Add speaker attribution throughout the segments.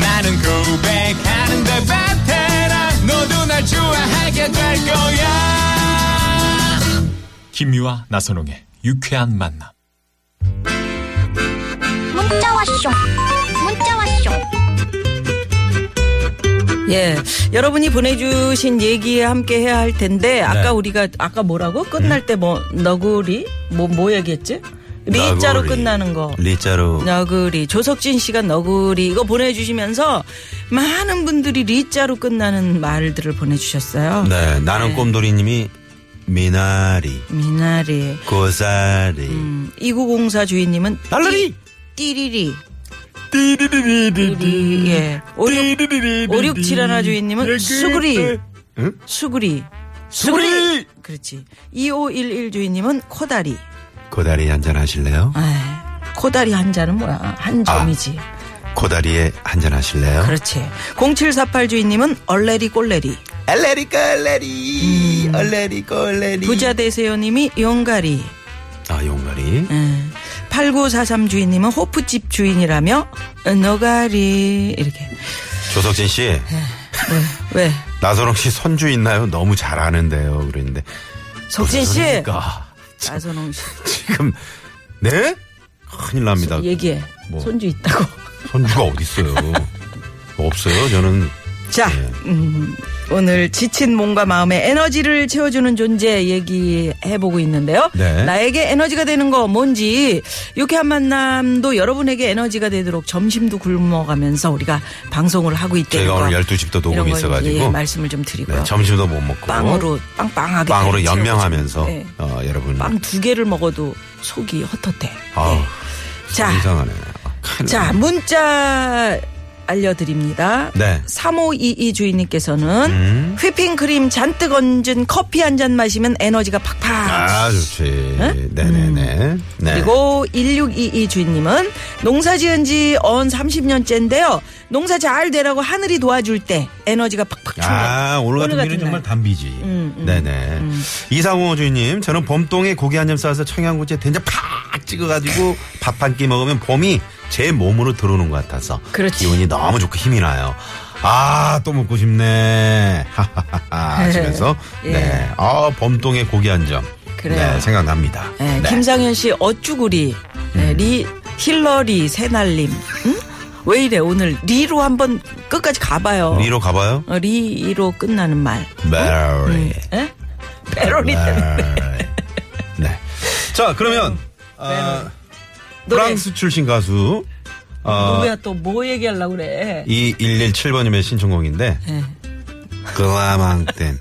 Speaker 1: 나는 고백하는데 베테랑 너도 날 좋아하게 될 거야
Speaker 2: 김미화 나선홍의 유쾌한 만남.
Speaker 3: 문자 왔쇼. 문자 왔쇼.
Speaker 4: 예. 여러분이 보내주신 얘기에 함께 해야 할 텐데, 아까 우리가, 아까 뭐라고? 끝날 때 뭐, 너구리? 뭐, 뭐 얘기했지? 리자로
Speaker 5: 너구리.
Speaker 4: 끝나는 거.
Speaker 5: 리자로
Speaker 4: 너구리. 조석진 씨가 너구리. 이거 보내주시면서 많은 분들이 리자로 끝나는 말들을 보내주셨어요.
Speaker 5: 네 나는 꼼돌이님이 미나리
Speaker 4: 미나리.
Speaker 5: 고사리
Speaker 4: 음. 2904 주인님은.
Speaker 5: 날라리!
Speaker 4: 띠- 띠리리. 띠리리. 예. 5671 주인님은 수구리. 네, 수구리. 수구리! 그렇지. 2511 주인님은 코다리.
Speaker 5: 고다리 한잔 하실래요?
Speaker 4: 아 코다리 한 잔은 뭐야? 한
Speaker 5: 아.
Speaker 4: 점이지.
Speaker 5: 고다리에 한잔 하실래요?
Speaker 4: 그렇지. 0748 주인님은 얼레리 꼴레리. 음.
Speaker 5: 얼레리 꼴레리 얼레리 꼴레리
Speaker 4: 부자 대세요님이 용가리.
Speaker 5: 아 용가리
Speaker 4: 음. 8943 주인님은 호프집 주인이라며 어, 너가리. 이렇게.
Speaker 5: 조석진 씨
Speaker 4: 네. 왜? 왜?
Speaker 5: 나선홍 씨 손주 있나요? 너무 잘하는데요 그랬는데
Speaker 4: 석진
Speaker 5: 무슨
Speaker 4: 씨.
Speaker 5: 소리입니까?
Speaker 4: 나선홍 씨.
Speaker 5: 지금 네? 큰일 납니다
Speaker 4: 얘기해.
Speaker 5: 뭐.
Speaker 4: 손주 있다고.
Speaker 5: 손주가 어딨어요 없어요 저는 네.
Speaker 4: 자, 음, 오늘 지친 몸과 마음에 에너지를 채워주는 존재 얘기해보고 있는데요.
Speaker 5: 네.
Speaker 4: 나에게 에너지가 되는 거 뭔지 유쾌한 만남도 여러분에게 에너지가 되도록 점심도 굶어가면서 우리가 방송을 하고 있다는
Speaker 5: 저희가
Speaker 4: 거.
Speaker 5: 오늘 12시부터 녹음이
Speaker 4: 이런 거
Speaker 5: 있어가지고
Speaker 4: 예, 말씀을 좀 드리고요.
Speaker 5: 네, 점심도 못 먹고
Speaker 4: 빵으로 빵빵하게
Speaker 5: 빵으로
Speaker 4: 채워주죠.
Speaker 5: 연명하면서
Speaker 4: 예.
Speaker 5: 어, 여러분
Speaker 4: 빵 두 개를 먹어도 속이 헛헛해. 네,
Speaker 5: 아우,
Speaker 4: 자,
Speaker 5: 이상하네. 아, 큰일
Speaker 4: 자,
Speaker 5: 났네.
Speaker 4: 문자 알려드립니다.
Speaker 5: 네. 음.
Speaker 4: 3522 주인님께서는 휘핑크림 잔뜩 얹은 커피 한 잔 마시면 에너지가 팍팍.
Speaker 5: 아 좋지. 네네네. 네.
Speaker 4: 음. 그리고 1622 주인님은 농사 지은 지 언 30년째인데요. 농사 잘 되라고 하늘이 도와줄 때 에너지가 팍팍 충전.
Speaker 5: 아 오늘 같은 일은 정말 담비지.
Speaker 4: 음,
Speaker 5: 네네. 이상호 주인님, 저는 봄동에 고기 한 점 싸서 청양고추에 된장 팍 찍어가지고 밥 한 끼 먹으면 봄이 제 몸으로 들어오는 것 같아서
Speaker 4: 그렇지.
Speaker 5: 기분이 너무 좋고 힘이 나요. 아 또 먹고 싶네. 하하하하 하시면서
Speaker 4: 예.
Speaker 5: 네. 아 봄동에 고기 한 점.
Speaker 4: 그래요.
Speaker 5: 네, 생각납니다.
Speaker 4: 네,
Speaker 5: 네. 음.
Speaker 4: 김상현 씨 어쭈구리 네, 리 힐러리 새날림 응? 왜 이래 오늘 리로 한번 끝까지 가봐요.
Speaker 5: 위로 가봐요.
Speaker 4: 어, 리로 끝나는 말.
Speaker 5: 메리.
Speaker 4: 에? 페로리
Speaker 5: 네. 네. 자, 그러면 아,
Speaker 4: 네, 노래
Speaker 5: 프랑스 출신 가수 어,
Speaker 4: 누구야 또 뭐 얘기하려고 그래.
Speaker 5: 이 117번님의 신청곡인데
Speaker 4: 예.
Speaker 5: 글라망틴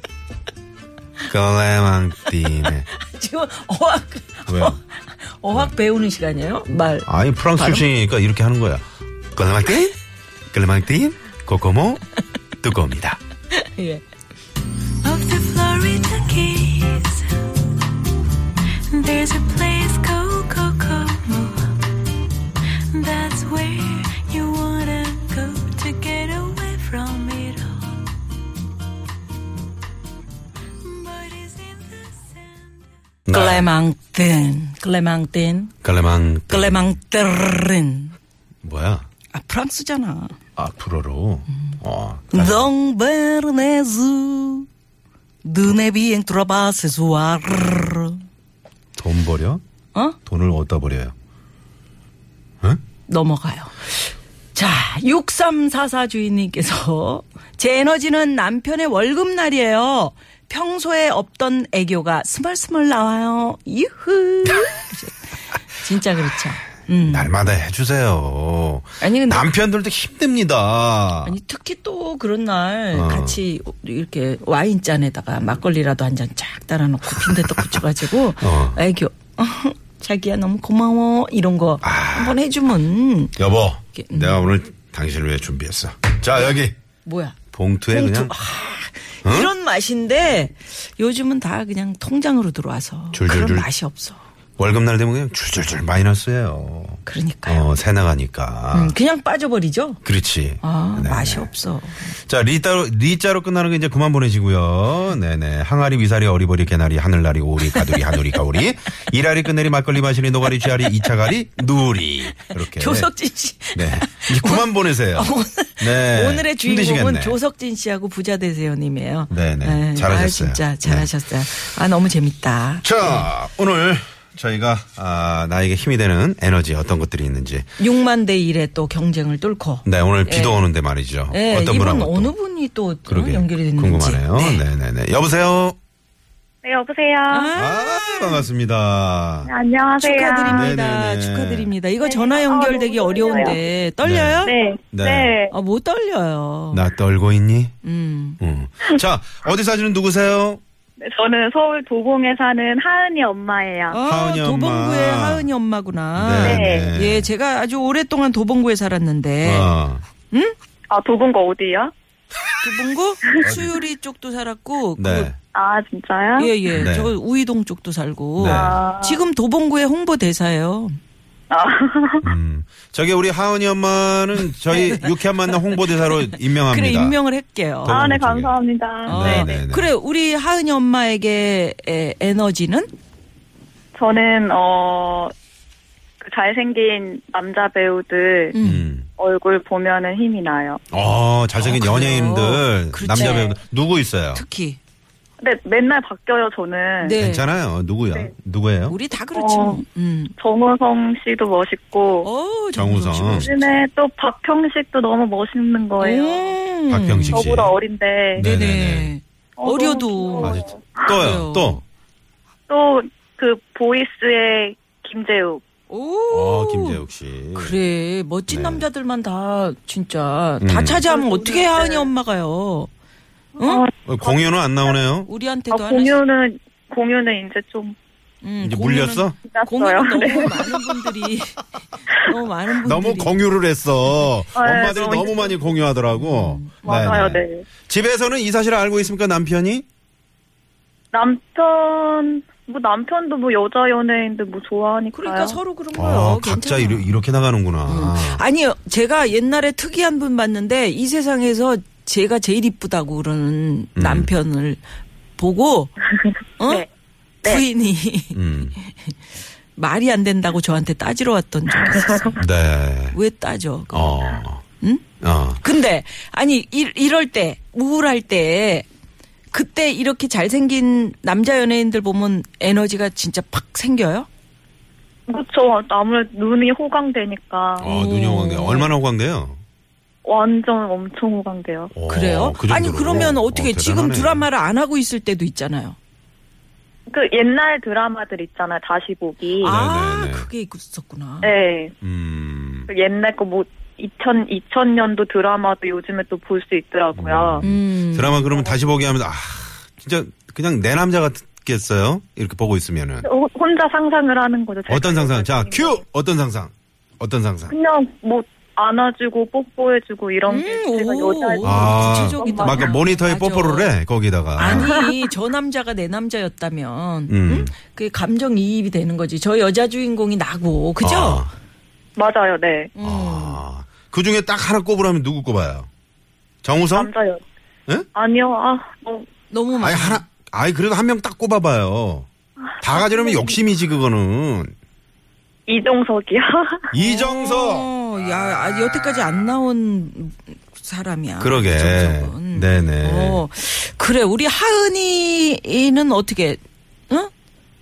Speaker 5: 글라망틴의
Speaker 4: 지금 어학
Speaker 5: 왜요?
Speaker 4: 어학 배우는 시간이에요? 말.
Speaker 5: 아니 프랑스
Speaker 4: 발음?
Speaker 5: 출신이니까 이렇게 하는 거야. 글라망틴 글라망틴 코코모 뜨거웁니다.
Speaker 4: 예.
Speaker 6: Of the Florida Keys, there's a place called Kokomo. That's where you wanna go to get away from it all. But it's in the sand.
Speaker 4: 글래망튼, 글래망튼,
Speaker 5: 네. 글라망
Speaker 4: 글래망뜨른.
Speaker 5: 뭐야?
Speaker 4: 아 프랑스잖아.
Speaker 5: 아 불어로. 어.
Speaker 4: 동베르네즈 눈에 비행 트라바세수아
Speaker 5: 돈 버려?
Speaker 4: 어?
Speaker 5: 돈을 어디다 버려요?
Speaker 4: 넘어가요. 자, 6344 주인님께서 제 에너지는 남편의 월급날이에요. 평소에 없던 애교가 스멀스멀 나와요. 유후. 진짜 그렇죠.
Speaker 5: 날마다 해주세요.
Speaker 4: 아니, 근데-
Speaker 5: 남편들도 힘듭니다.
Speaker 4: 아니 특히 또 그런 날 같이 이렇게 와인 잔에다가 막걸리라도 한 잔 쫙 따라놓고 빈대떡 붙여가지고
Speaker 5: 어.
Speaker 4: 애교 자기야 너무 고마워 이런 거 한번 해주면
Speaker 5: 여보,
Speaker 4: 이게- 음.
Speaker 5: 내가 오늘 당신을 위해 준비했어. 자 여기
Speaker 4: 뭐야?
Speaker 5: 봉투에
Speaker 4: 봉투.
Speaker 5: 네, 그냥 어?
Speaker 4: 아, 이런 맛인데 요즘은 다 그냥 통장으로 들어와서
Speaker 5: 줄줄줄.
Speaker 4: 그런 맛이 없어.
Speaker 5: 월급날 되면 그냥 줄줄줄 마이너스예요.
Speaker 4: 그러니까요.
Speaker 5: 어, 새 나가니까.
Speaker 4: 음, 그냥 빠져버리죠.
Speaker 5: 그렇지.
Speaker 4: 아,
Speaker 5: 네네.
Speaker 4: 맛이 없어.
Speaker 5: 자, 리자로, 리자로 끝나는 게 이제 그만 보내시고요. 네네. 항아리, 위사리, 어리버리, 개나리, 하늘나리, 오리, 가두리, 하누리, 가오리. 이라리, 끝내리, 막걸리, 마시리, 노가리, 쥐아리, 이차가리, 누리. 이렇게.
Speaker 4: 조석진 씨.
Speaker 5: 네. 이제 그만 보내세요. 네.
Speaker 4: 오늘의 주인공은
Speaker 5: 힘드시겠네.
Speaker 4: 조석진 씨하고 부자 되세요님이에요.
Speaker 5: 네네.
Speaker 4: 네,
Speaker 5: 잘하셨어요.
Speaker 4: 아, 진짜
Speaker 5: 네.
Speaker 4: 잘하셨어요. 아 너무 재밌다.
Speaker 5: 자, 오늘 저희가, 아, 나에게 힘이 되는 에너지 어떤 것들이 있는지.
Speaker 4: 6만 대 1에 또 경쟁을 뚫고.
Speaker 5: 네, 오늘 비도 오는데 말이죠.
Speaker 4: 예,
Speaker 5: 어떤
Speaker 4: 이분
Speaker 5: 분하고. 또.
Speaker 4: 어느 분이 또 어,
Speaker 5: 그러게.
Speaker 4: 연결이 됐는지.
Speaker 5: 궁금하네요. 네. 네네 여보세요?
Speaker 7: 네, 여보세요.
Speaker 5: 아, 반갑습니다.
Speaker 7: 안녕하세요.
Speaker 4: 축하드립니다.
Speaker 5: 네네네.
Speaker 4: 축하드립니다. 이거 전화 연결되기
Speaker 7: 네. 아, 너무
Speaker 4: 어려운데 떨려요?
Speaker 7: 네,
Speaker 5: 네.
Speaker 7: 네.
Speaker 4: 아, 못 떨려요.
Speaker 5: 나 떨고 있니?
Speaker 4: 음.
Speaker 5: 음. 자, 어디 사시는 누구세요?
Speaker 7: 네, 저는 서울 도봉에 사는 하은이 엄마예요.
Speaker 4: 아,
Speaker 5: 하은이 엄마.
Speaker 4: 도봉구의 하은이 엄마구나.
Speaker 7: 네.
Speaker 4: 예, 네. 제가 아주 오랫동안 도봉구에 살았는데
Speaker 5: 어.
Speaker 7: 아, 도봉거 어디요?
Speaker 4: 도봉구 수유리 쪽도 살았고
Speaker 5: 네.
Speaker 7: 아, 진짜요?
Speaker 4: 그, 예, 예.
Speaker 5: 네.
Speaker 4: 저 우이동 쪽도 살고
Speaker 5: 네.
Speaker 7: 아,
Speaker 4: 지금 도봉구의 홍보대사예요.
Speaker 7: 아,
Speaker 5: 음. 저기 우리 하은이 엄마는 저희 유쾌한 만남 홍보대사로 임명합니다.
Speaker 4: 네. 그래 임명을 할게요.
Speaker 5: 더-
Speaker 7: 아, 네,
Speaker 5: 도봉 쪽에.
Speaker 7: 감사합니다.
Speaker 4: 어,
Speaker 5: 네, 네, 네.
Speaker 4: 그래 우리 하은이 엄마에게 에, 에너지는
Speaker 7: 저는, 어, 그 잘생긴 남자 배우들
Speaker 5: 음.
Speaker 7: 얼굴 보면은 힘이 나요.
Speaker 5: 어, 잘생긴
Speaker 4: 어, 그래요?
Speaker 5: 연예인들,
Speaker 4: 그렇죠.
Speaker 5: 남자 배우들 누구 있어요?
Speaker 4: 특히
Speaker 7: 근데 맨날 바뀌어요, 저는.
Speaker 4: 네.
Speaker 5: 괜찮아요. 누구야?
Speaker 7: 네.
Speaker 5: 누구예요?
Speaker 4: 우리 다 그렇지.
Speaker 7: 어.
Speaker 4: 뭐. 음.
Speaker 7: 정우성 씨도 멋있고,
Speaker 4: 어,
Speaker 5: 정우성.
Speaker 7: 요즘에 또 박형식도 너무 멋있는 거예요.
Speaker 4: 음.
Speaker 5: 박형식 씨.
Speaker 7: 저보다 어린데.
Speaker 5: 네. 네네네.
Speaker 4: 네네.
Speaker 7: 어, 너무
Speaker 4: 어려도.
Speaker 7: 귀여워요.
Speaker 5: 아, 진짜. 또요,
Speaker 4: 뭐 그래요.
Speaker 5: 또.
Speaker 7: 또, 그, 보이스의 김재욱.
Speaker 4: 오.
Speaker 5: 어, 김재욱 씨.
Speaker 4: 그래 멋진
Speaker 5: 네.
Speaker 4: 남자들만 다 진짜
Speaker 5: 음.
Speaker 4: 다 차지하면 어떻게
Speaker 7: 네.
Speaker 4: 하은이 엄마가요? 응?
Speaker 7: 어,
Speaker 5: 어, 공연은 안 나오네요?
Speaker 7: 아,
Speaker 4: 우리한테도 하나씩.
Speaker 7: 공유는 공유는 이제 좀
Speaker 4: 음,
Speaker 5: 이제
Speaker 4: 공유는-
Speaker 5: 물렸어?
Speaker 7: 지났어요.
Speaker 4: 공유는
Speaker 7: 네.
Speaker 4: 너무 많은 분들이 너무 많은 분들이
Speaker 5: 너무 공유를 했어. 엄마들이
Speaker 7: 아, 네, 너무
Speaker 5: 너무
Speaker 7: 힘-
Speaker 5: 많이 공유하더라고.
Speaker 7: 맞아요,
Speaker 5: 네네.
Speaker 7: 네.
Speaker 5: 집에서는 이 사실을 알고 있습니까 남편이?
Speaker 7: 남편 뭐 남편도 뭐 여자 연예인들 뭐 좋아하니까요.
Speaker 4: 그러니까 서로 그런 거예요.
Speaker 5: 아, 각자
Speaker 4: 괜찮아.
Speaker 5: 이렇- 이렇게 나가는구나.
Speaker 4: 아니요, 제가 옛날에 특이한 분 봤는데 이 세상에서 제가 제일 이쁘다고 그러는
Speaker 5: 음.
Speaker 4: 남편을 보고 어?
Speaker 7: 네.
Speaker 4: 부인이
Speaker 5: 음.
Speaker 4: 말이 안 된다고 저한테 따지러 왔던 적이 있었어요.
Speaker 5: 네.
Speaker 4: 왜 따져? 그거.
Speaker 5: 어.
Speaker 4: 응?
Speaker 5: 어.
Speaker 4: 근데 아니 이, 이럴 때 우울할 때 그때 이렇게 잘생긴 남자 연예인들 보면 에너지가 진짜 팍 생겨요?
Speaker 7: 그렇죠. 아무래도 눈이 호강되니까
Speaker 5: 어, 눈이 호강돼. 얼마나 호강돼요?
Speaker 7: 완전 엄청 호강돼요.
Speaker 5: 어,
Speaker 4: 그래요?
Speaker 5: 그 정도로.
Speaker 4: 아니 그러면 어떻게
Speaker 5: 어,
Speaker 4: 지금
Speaker 5: 대단하네.
Speaker 4: 드라마를 안 하고 있을 때도 있잖아요.
Speaker 7: 그 옛날 드라마들 있잖아요. 다시 보기.
Speaker 4: 아
Speaker 5: 네네네.
Speaker 4: 그게 있었구나.
Speaker 7: 네.
Speaker 5: 음.
Speaker 7: 그 옛날 거 뭐 2000, 2000년도 드라마도 요즘에 또 볼 수 있더라고요.
Speaker 4: 음.
Speaker 5: 드라마 그러면 다시 보기 하면서 아, 진짜 그냥 내 남자 같겠어요? 이렇게 보고 있으면은.
Speaker 7: 호- 혼자 상상을 하는 거죠. 제가
Speaker 5: 어떤 상상? 자,
Speaker 7: 생각하는
Speaker 5: 큐. 어떤 상상? 어떤 상상?
Speaker 7: 그냥 뭐 안아주고 뽀뽀해주고 이런 게
Speaker 4: 음,
Speaker 7: 제가
Speaker 4: 오,
Speaker 7: 여자
Speaker 4: 오,
Speaker 5: 아,
Speaker 4: 구체적이다.
Speaker 5: 막 모니터에
Speaker 4: 맞아.
Speaker 5: 뽀뽀를 해. 거기다가.
Speaker 4: 아니 저 남자가 내 남자였다면
Speaker 5: 음.
Speaker 4: 응? 그게 감정 이입이 되는 거지. 저 여자 주인공이 나고 그죠?
Speaker 5: 아.
Speaker 7: 맞아요, 네.
Speaker 4: 음.
Speaker 5: 아, 그 중에 딱 하나 꼽으라면 누구 꼽아요? 정우성?
Speaker 7: 남자요.
Speaker 5: 예?
Speaker 7: 아니요, 아, 뭐,
Speaker 4: 너무 많아.
Speaker 5: 아니, 하나, 아니, 그래도 한 명 딱 꼽아봐요. 다 가지려면 욕심이지, 그거는.
Speaker 7: 이종석이요.
Speaker 5: 이정석!
Speaker 4: 어, 야, 아, 여태까지 안 나온 사람이야.
Speaker 5: 그러게.
Speaker 4: 정석은.
Speaker 5: 네네.
Speaker 4: 어, 그래 우리 하은이는 어떻게? 응?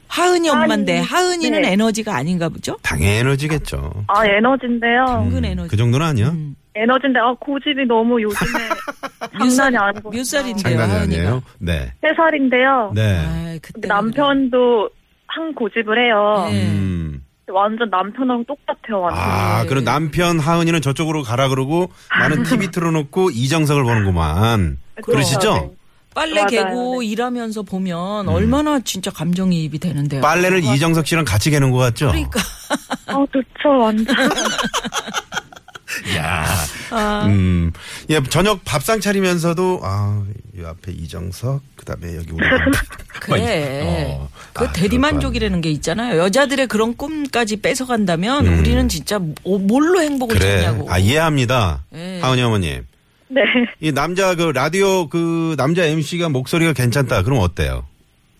Speaker 4: 하은이 엄마인데 하은이는
Speaker 7: 네.
Speaker 4: 에너지가 아닌가 보죠?
Speaker 5: 당연히 에너지겠죠.
Speaker 7: 아, 에너지인데요.
Speaker 4: 당근
Speaker 5: 음,
Speaker 4: 에너지.
Speaker 5: 그 정도는 아니야?
Speaker 7: 에너지인데, 아, 고집이 너무 요즘에 장난이 아니고.
Speaker 4: 몇 살인데요,
Speaker 5: 장난이
Speaker 4: 하은이가?
Speaker 5: 아니에요? 네.
Speaker 7: 세 살인데요.
Speaker 5: 네.
Speaker 4: 아이, 그때
Speaker 7: 남편도 한 고집을 해요.
Speaker 4: 네.
Speaker 5: 음.
Speaker 7: 완전 남편하고 똑같아요, 완전.
Speaker 5: 아, 그럼 남편 하은이는 저쪽으로 가라 그러고 나는 TV 틀어놓고 이정석을 보는구만.
Speaker 4: 그렇죠.
Speaker 5: 그러시죠?
Speaker 4: 빨래
Speaker 7: 맞아요. 네.
Speaker 4: 개고 일하면서 보면 얼마나 진짜 감정이입이 되는데요.
Speaker 5: 음. 빨래를 이정석 씨랑 같이 개는 것 같죠?
Speaker 4: 네. 그렇죠. 그러니까
Speaker 7: 아, 좋죠, 완전.
Speaker 5: 음. 예, 저녁 밥상 차리면서도 아, 요 앞에 이정석, 그 다음에 여기 우리 남편.
Speaker 4: 그래.
Speaker 5: 어.
Speaker 4: 그
Speaker 5: 아,
Speaker 4: 대리만족이라는 게 있잖아요. 여자들의 그런 꿈까지 뺏어간다면 우리는 진짜 뭐- 뭘로 행복을
Speaker 5: 음. 그래.
Speaker 4: 찾냐고.
Speaker 5: 아, 이해합니다.
Speaker 4: 예.
Speaker 5: 하은이 어머님.
Speaker 7: 네.
Speaker 5: 이 남자 그 라디오 그 남자 MC가 목소리가 괜찮다. 그럼 어때요?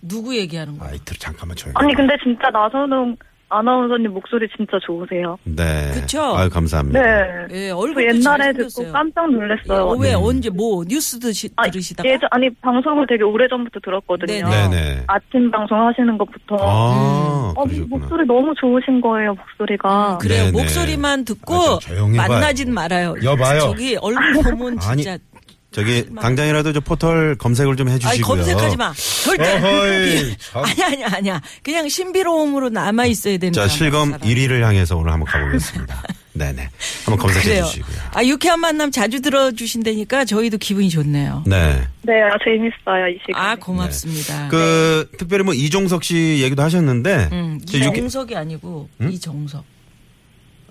Speaker 4: 누구 얘기하는 거야?
Speaker 5: 아이, 들 잠깐만 조용히.
Speaker 7: 아니 근데 진짜 나선홍 아나운서님 목소리 진짜 좋으세요.
Speaker 5: 네.
Speaker 4: 그쵸?
Speaker 5: 아유, 음. 감사합니다.
Speaker 7: 네.
Speaker 4: 예,
Speaker 7: 그
Speaker 4: 얼굴
Speaker 7: 옛날에 듣고 깜짝 놀랐어요.
Speaker 4: 어, 왜 언제 뭐 뉴스 드시,
Speaker 7: 아,
Speaker 4: 들으시다가
Speaker 7: 예전 아니 방송을 되게 오래 전부터 들었거든요.
Speaker 4: 네네.
Speaker 5: 네네.
Speaker 7: 아침 방송 하시는 것부터.
Speaker 5: 아,
Speaker 7: 어,
Speaker 5: 그러셨구나.
Speaker 7: 목소리 너무 좋으신 거예요 목소리가.
Speaker 4: 음, 그래요
Speaker 5: 네네.
Speaker 4: 목소리만 듣고
Speaker 5: 아, 좀 조용히 봐요.
Speaker 4: 만나진 말아요.
Speaker 5: 여봐요.
Speaker 4: 저기 얼굴 보면
Speaker 5: 아니,
Speaker 4: 진짜
Speaker 5: 저기
Speaker 7: 아,
Speaker 5: 당장이라도 저 포털 검색을 좀 해주시고요.
Speaker 4: 아니 검색하지 마. 절대.
Speaker 5: 어허이. 자,
Speaker 4: 아니 아니 아니야. 그냥 신비로움으로 남아 있어야 되는
Speaker 5: 자,
Speaker 4: 거야,
Speaker 5: 실검
Speaker 4: 사람.
Speaker 5: 1위를 향해서 오늘 한번 가보겠습니다. 네네. 한번 검색해
Speaker 4: 그래요.
Speaker 5: 주시고요.
Speaker 4: 아 유쾌한 만남 자주 들어주신다니까 저희도 기분이 좋네요.
Speaker 5: 네.
Speaker 7: 네, 아, 재밌어요 이 시간.
Speaker 4: 아 고맙습니다.
Speaker 5: 그, 특별히 뭐 이종석 씨 얘기도 하셨는데.
Speaker 4: 음,
Speaker 5: 저그 육회-
Speaker 4: 이정석이 아니고 이정석.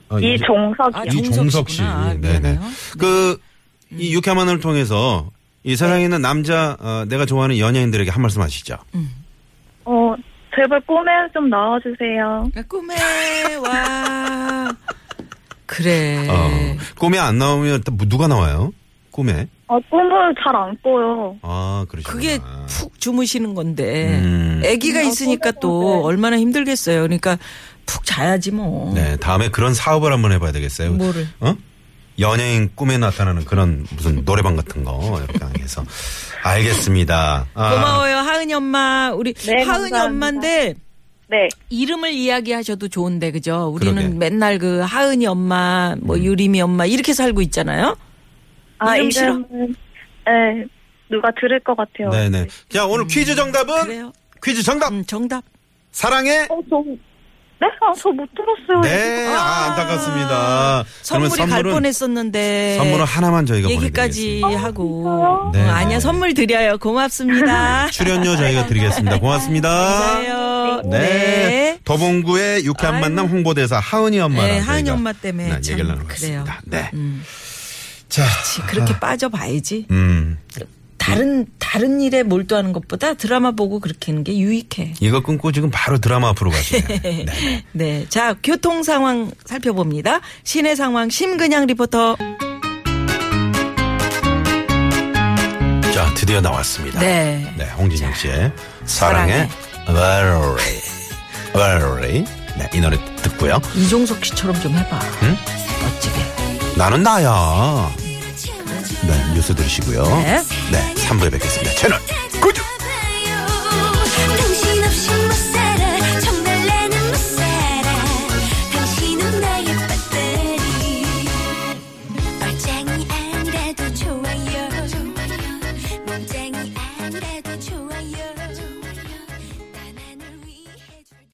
Speaker 5: 어, 이종-
Speaker 7: 이종석.
Speaker 4: 아,
Speaker 7: 이
Speaker 5: 이종석 씨.
Speaker 4: 아,
Speaker 5: 네네.
Speaker 4: 미안해요. 네.
Speaker 5: 그, 이 육회만을 통해서 이 세상에 있는 남자, 어, 내가 좋아하는 연예인들에게 한 말씀 하시죠.
Speaker 7: 어, 제발 꿈에 좀 나와주세요.
Speaker 4: 꿈에 와. 그래.
Speaker 5: 어, 꿈에 안 나오면 또뭐 누가 나와요? 꿈에?
Speaker 7: 아, 꿈을 잘 안 꿔요.
Speaker 5: 아, 그러시구나.
Speaker 4: 그게 푹 주무시는 건데
Speaker 5: 음.
Speaker 4: 아기가 있으니까 또
Speaker 7: 네.
Speaker 4: 얼마나 힘들겠어요. 그러니까 푹 자야지 뭐.
Speaker 5: 네, 다음에 그런 사업을 한번 해봐야 되겠어요.
Speaker 4: 뭐를?
Speaker 5: 어? 연예인 꿈에 나타나는 그런 무슨 노래방 같은 거 이렇게 해서 알겠습니다. 아,
Speaker 4: 고마워요 하은이 엄마. 우리
Speaker 7: 네,
Speaker 4: 하은이
Speaker 7: 감사합니다.
Speaker 4: 엄마인데
Speaker 7: 네.
Speaker 4: 이름을 이야기하셔도 좋은데 그죠? 우리는
Speaker 5: 그러게. 음.
Speaker 4: 맨날 그 하은이 엄마, 뭐 유림이 엄마 이렇게 살고 있잖아요.
Speaker 7: 아,
Speaker 4: 이름
Speaker 7: 이름
Speaker 4: 싫어?
Speaker 7: 은 네, 누가 들을 것 같아요.
Speaker 5: 네네. 자 오늘 퀴즈 정답은
Speaker 4: 그래요.
Speaker 5: 퀴즈 정답
Speaker 4: 음, 정답.
Speaker 5: 사랑해.
Speaker 7: 어, 저, 네? 아, 저 못 들었어요.
Speaker 5: 네, 아, 안타깝습니다. 그러면
Speaker 4: 선물이 갈 뻔했었는데.
Speaker 5: 선물은 하나만 저희가
Speaker 4: 얘기까지
Speaker 5: 보내드리겠습니다.
Speaker 4: 하고.
Speaker 5: 네,
Speaker 4: 어,
Speaker 5: 네.
Speaker 4: 아니야 선물 드려요. 고맙습니다.
Speaker 5: 출연료 저희가 드리겠습니다. 고맙습니다.
Speaker 4: 감사해요.
Speaker 5: 네. 더봉구의 유쾌한 만남 홍보대사 하은이 엄마랑
Speaker 4: 네, 하은이
Speaker 5: 저희가
Speaker 4: 엄마 때문에
Speaker 5: 네,
Speaker 4: 참
Speaker 5: 얘기를 나누고
Speaker 4: 그래요. 음.
Speaker 5: 있습니다. 네. 자, 아,
Speaker 4: 그치, 그렇게 빠져봐야지.
Speaker 5: 음,
Speaker 4: 다른 다른 일에 몰두하는 것보다 드라마 보고 그렇게 하는 게 유익해.
Speaker 5: 이거 끊고 지금 바로 드라마 앞으로 가시네. 네.
Speaker 4: 네, 자 교통 상황 살펴봅니다. 시내 상황 심근양 리포터.
Speaker 5: 아, 자, 드디어 나왔습니다.
Speaker 4: 네.
Speaker 5: 네, 홍진영 씨의 사랑해, Valerie. Valerie. 네, 이 노래 듣고요.
Speaker 4: 이종석 씨처럼 좀 해봐.
Speaker 5: 응?
Speaker 4: 멋지게.
Speaker 5: 나는 나야. 네, 뉴스 들으시고요.
Speaker 4: 네.
Speaker 5: 네, 3부에 뵙겠습니다. 채널 고정!
Speaker 6: 당신 없이 못 살아 정말 나는 못 살아 당신은 나의 배터리 얼짱이 아니라도 좋아요 몸짱이 아니라도